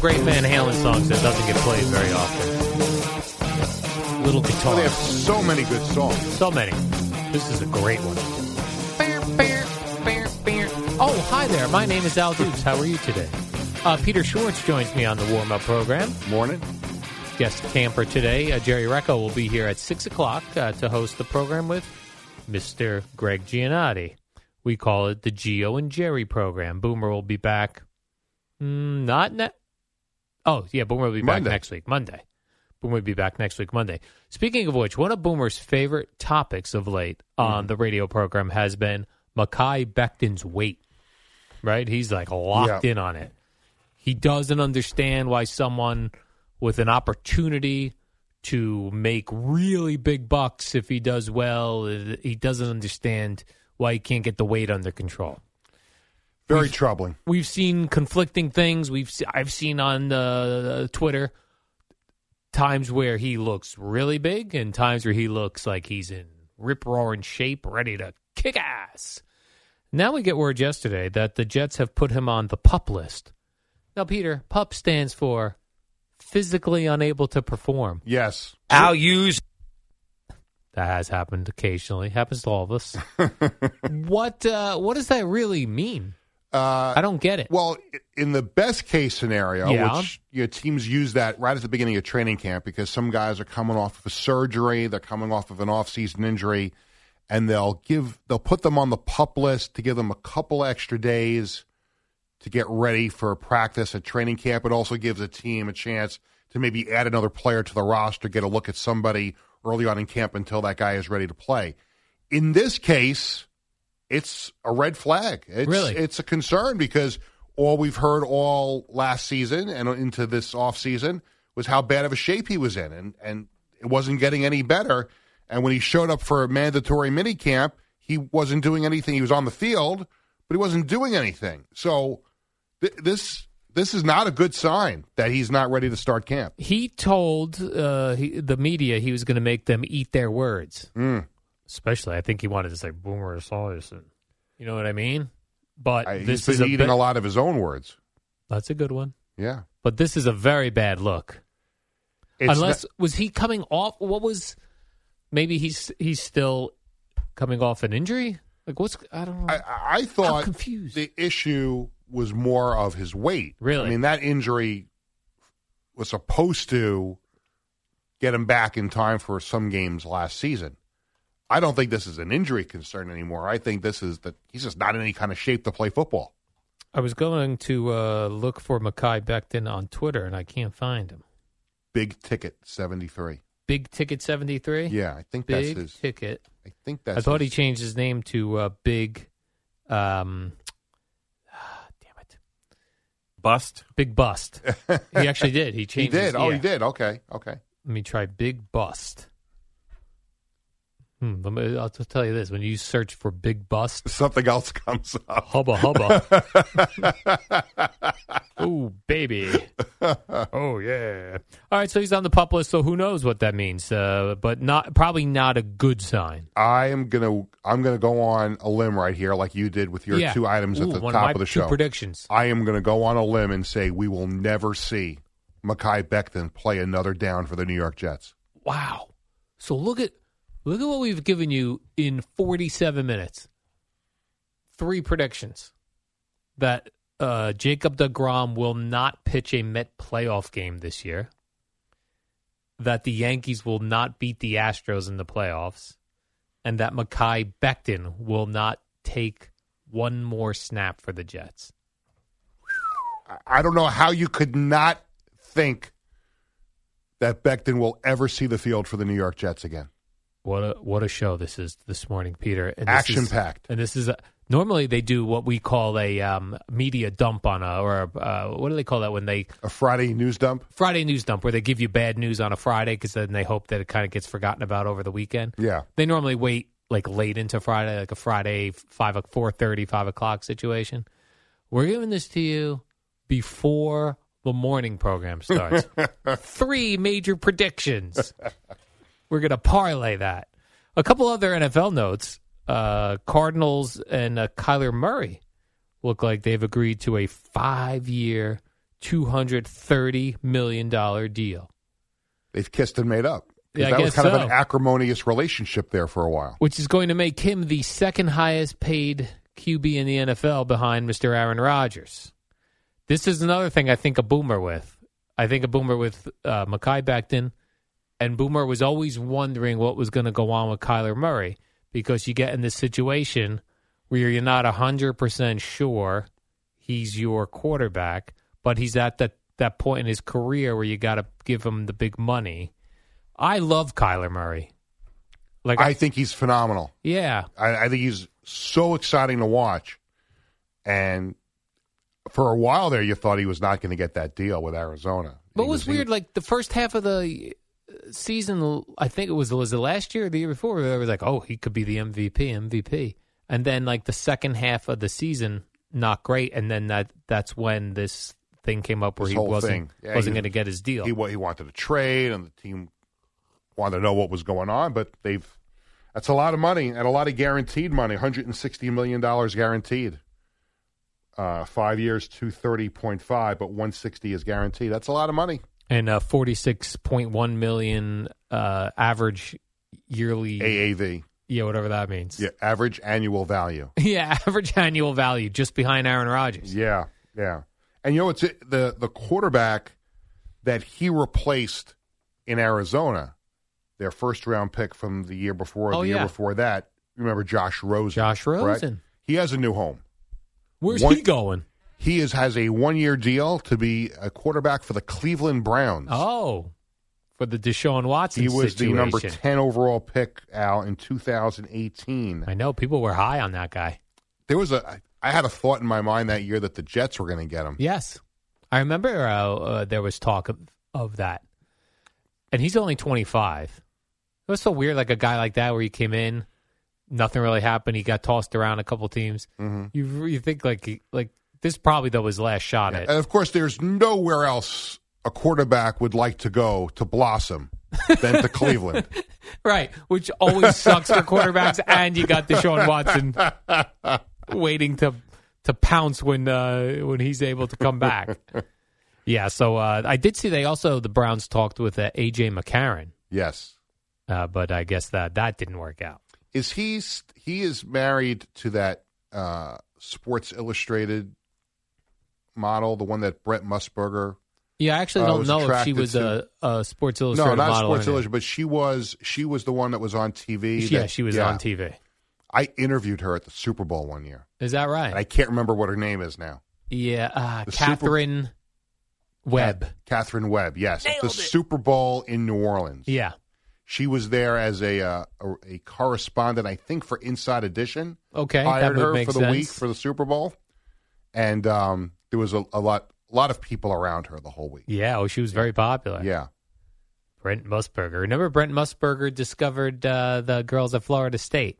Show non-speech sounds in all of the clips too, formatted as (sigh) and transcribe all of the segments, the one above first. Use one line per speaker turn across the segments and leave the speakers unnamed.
great Van Halen songs that doesn't get played very often. Little guitar.
Oh, they have so many good songs.
So many. This is a great one. Bear, bear, bear, bear. Oh, hi there. My name is Al Dukes. How are you today? Uh, Peter Schwartz joins me on the warm up program.
Morning.
Guest camper today, uh, Jerry Recco, will be here at 6 o'clock uh, to host the program with Mr. Greg Giannotti. We call it the Geo and Jerry program. Boomer will be back. Mm, not ne- Oh, yeah, Boomer will be back
Monday.
next week, Monday. Boomer will be back next week, Monday. Speaking of which, one of Boomer's favorite topics of late
Mm-hmm.
on the radio program has been Mackay Becton's weight, right? He's like locked
Yeah.
in on it. He doesn't understand why someone with an opportunity to make really big bucks if he does well, he doesn't understand why he can't get the weight under control
Very troubling.
we've seen conflicting things. We've se- I've seen on uh, Twitter times where he looks really big and times where he looks like he's in rip roaring shape, ready to kick ass. Now we get word yesterday that the Jets have put him on the pup list. Now, Peter, pup stands for physically unable to perform.
Yes.
Al use
That has happened occasionally. Happens to all of us. what uh, What does that really mean?
Uh,
I don't get it.
well, i- in the best case scenario,
Yeah.
which your teams use that right at the beginning of training camp because some guys are coming off of a surgery, they're coming off of an off-season injury, and they'll give they'll put them on the pup list to give them a couple extra days to get ready for practice at training camp. It also gives a team a chance to maybe add another player to the roster, get a look at somebody early on in camp until that guy is ready to play. In this case, it's a red flag. It's,
Really?
It's a concern because all we've heard all last season and into this offseason was how bad of a shape he was in, and, and it wasn't getting any better. And when he showed up for a mandatory minicamp, he wasn't doing anything. He was on the field, but he wasn't doing anything. So th- this this is not a good sign that he's not ready to start camp.
he told uh, he, the media he was going to make them eat their words.
Mm.
Especially, I think he wanted to say Boomer Esiason. You know what I mean? But
I,
this
he's been
is a
eating
ba-
a lot of his own words.
That's a good one.
Yeah,
But this is a very bad look.
It's
Unless
not-
was he coming off? What was? Maybe he's he's still coming off an injury. Like what's? I don't know.
I, I- I thought
confused.
the issue was more of his weight.
Really?
I mean that injury was supposed to get him back in time for some games last season. I don't think this is an injury concern anymore. I think this is that he's just not in any kind of shape to play football.
I was going to uh, look for Mackay Becton on Twitter, and I can't find him.
Big ticket seventy three.
Big ticket seventy three.
Yeah, I think
Big
that's his.
ticket.
I think that's.
I thought he
his-
changed his name to uh, Big. Um, (sighs) damn it,
bust.
Big
(laughs)
Bust. he actually did. He
He
changed.
did.
his-
Oh, he
yeah.
did. Okay. Okay.
Let me try Big Bust. Hmm, let me, I'll just tell you this: when you search for Big
(laughs)
Bust,
Something
(laughs)
else comes up.
hubba hubba.
(laughs)
Ooh, baby. Oh yeah. All right, so he's on the pup list. So who knows what that means? Uh, but not probably not a good sign.
I am gonna. I'm gonna go on a limb right here, like you did with your
Yeah.
two items at
Ooh,
the
one
top
my
of the
two
show.
predictions.
I am going to go on a limb and say we will never see Mackay Becton play another down for the New York Jets.
Wow. So look at look at what we've given you in 47 minutes. Three predictions that uh, Jacob DeGrom will not pitch a Met playoff game this year. That the Yankees will not beat the Astros in the playoffs, and that Mackay Becton will not take one more snap for the Jets.
I don't know how you could not think that Beckton will ever see the field for the New York Jets again.
What a what a show this is this morning, Peter. And this is-
Action-packed.
And this is a, normally they do what we call a um, media dump on a or a, uh, what do they call that when they
A Friday news dump.
Friday news dump where they give you bad news on a Friday because then they hope that it kind of gets forgotten about over the weekend.
Yeah.
They normally wait like late into Friday, like a Friday five four thirty five o'clock situation. We're giving this to you before the morning program starts. Three major predictions. We're gonna parlay that. A couple other NFL notes: uh, Cardinals and uh, Kyler Murray look like they've agreed to a five year, two hundred thirty million dollar deal.
They've kissed and made up. 'Cause
Yeah, I
that was
guess
kind of an
so.
acrimonious relationship there for a while.
which is going to make him the second highest paid QB in the NFL behind Mr. Aaron Rodgers. This is another thing I think a boomer with. I think a boomer with uh, Makai Becton, and Boomer was always wondering what was going to go on with Kyler Murray because you get in this situation where you're not 100% sure he's your quarterback, but he's at that, that point in his career where you got to give him the big money. I love Kyler Murray. Like
I think he's phenomenal.
yeah,
I, I think he's so exciting to watch. And for a while there, you thought he was not going to get that deal with Arizona.
but it
He
was
he-
weird. Like the first half of the uh, season, I think it was was it last year or the year before. Where it was like, oh, he could be the MVP, MVP, and then like the second half of the season, not great. And then that that's when this thing came up where
This
he
whole
wasn't
thing. Yeah,
wasn't
he-
going to get his deal.
he wa- he wanted to trade, and the team wanted to know what was going on. But they've that's a lot of money and a lot of guaranteed money, one hundred and sixty million dollars guaranteed. Uh, five years, two thirty point five, but one sixty is guaranteed. That's a lot of money.
and uh, forty six point one million uh, average yearly,
AAV,
yeah, whatever that means.
yeah, average annual value.
(laughs) yeah, average annual value just behind Aaron Rodgers.
Yeah, yeah. And you know, it's the the quarterback that he replaced in Arizona, their first round pick from the year before,
Oh,
the year
yeah.
before that. Remember Josh Rosen?
Josh
correct?
Rosen.
He has a new home.
Where's
One-
he going?
He is has a one year deal to be a quarterback for the Cleveland Browns.
Oh, for the Deshaun Watson
he was
situation.
the number ten overall pick Al in 2018.
I know people were high on that guy.
There was a I had a thought in my mind that year that the Jets were going to get him.
Yes, I remember uh, uh, there was talk of, of that, and he's only twenty five. It was so weird, like a guy like that, where he came in, nothing really happened. He got tossed around a couple teams. You you think like he- like this probably though his last shot at.
And of course, there's nowhere else a quarterback would like to go to blossom
(laughs)
than to Cleveland.
Right, which always sucks for (laughs) quarterbacks, and you got Deshaun Watson waiting to to pounce when uh, when he's able to come back. Yeah, so uh, I did see they also the Browns talked with uh, AJ McCarron,
Yes,
uh, but I guess that that didn't work out.
is he? st- He is married to that uh, Sports Illustrated model, the one that Brett Musburger.
Yeah, I actually
Uh,
don't
was
know if she
attracted
was
to-
a, a Sports
No,
Illustrated
not
model.
Sports
or
Illustrated, but she was. She was the one that was on TV.
anything. Yeah,
that-
she was
yeah.
on TV.
I interviewed her at the Super Bowl one year,
Is that right?
and I can't remember what her name is now.
yeah, uh,
The Super-
Catherine Webb.
Cath- Catherine Webb. Yes, at the Super Bowl in New Orleans.
yeah.
She was there as a, uh, a a correspondent, I think, for Inside Edition.
Okay, that
Hired
would
her
make
for the
sense.
week for the Super Bowl, and um, there was a, a lot a lot of people around her the whole week.
yeah, oh, she was very popular.
Yeah,
Brent Musburger. Remember Brent Musburger discovered uh, the girls at Florida State.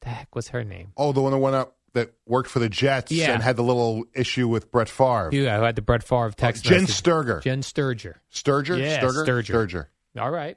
The heck was her name?
oh, the one that went up that worked for the Jets
Yeah.
and had the little issue with Brett Favre,
Yeah, who had the Brett Favre text
Jen
message.
Sturger,
Jen Sturger.
Sturger,
Yeah,
Sturger,
Sturger.
Sturger.
All right.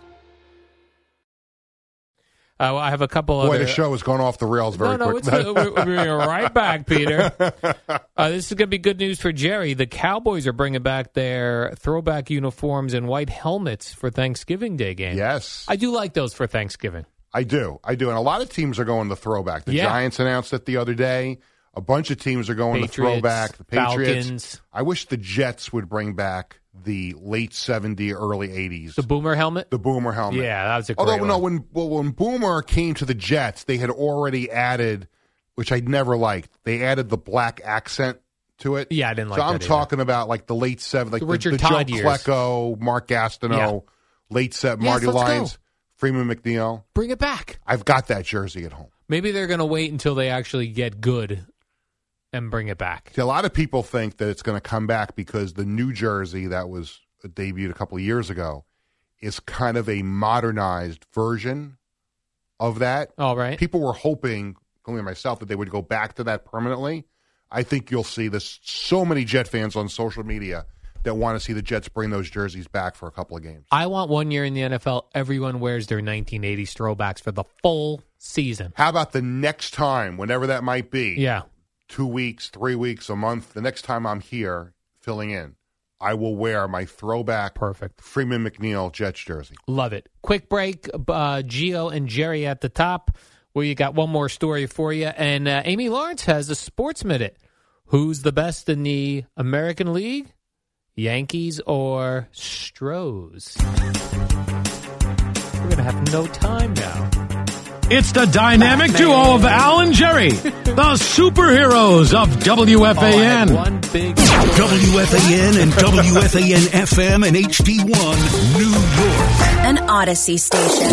Uh, well, I have a couple
Boy,
other.
the show has gone off the rails very
no, no,
quickly.
it's good. We're, we're right back,
(laughs)
Peter. Uh, this is going to be good news for Jerry. The Cowboys are bringing back their throwback uniforms and white helmets for Thanksgiving Day game.
(laughs) yes,
I do like those for Thanksgiving.
I do. I do. And a lot of teams are going the throwback. The
Yeah.
Giants announced it the other day. A bunch of teams are going the
Patriots,
throwback. The Patriots.
Falcons.
I wish the Jets would bring back the late 70s, early 80s.
The boomer helmet.
the boomer helmet.
Yeah, that was a great
Although
one.
no, when well, when Boomer came to the Jets, they had already added, which I never liked. They added the black accent to it.
Yeah, I didn't like
So I'm
that either.
talking about like the late seven, like
The
the,
Richard
the
Todd
Joe
years.
Klecko, Mark Gastineau, late seven,
Yes,
Marty
let's go.
Lyons, Freeman McNeil.
Bring it back.
I've got that jersey at home.
Maybe they're going to wait until they actually get good and bring it back.
See, a lot of people think that it's going to come back because the new jersey that was debuted a couple of years ago is kind of a modernized version of that.
All Oh, right.
people were hoping, including myself, that they would go back to that permanently. I think you'll see this. So many Jet fans on social media that want to see the Jets bring those jerseys back for a couple of games.
I want one year in the NFL, everyone wears their 1980s throwbacks for the full season.
How about the next time, whenever that might be?
Yeah.
Two weeks, three weeks, a month. The next time I'm here filling in, I will wear my throwback
Perfect.
Freeman McNeil Jets jersey.
Love it. Quick break. Uh, Geo and Jerry at the top. Well, you got one more story for you, and uh, Amy Lawrence has a sports minute. Who's the best in the American League? Yankees or Stros? We're gonna have no time now.
It's the dynamic duo of Al and Jerry, the superheroes of
Oh, I had
WFAN.
one big.
WFAN and WFAN FM and HD1 New York.
An Odyssey station.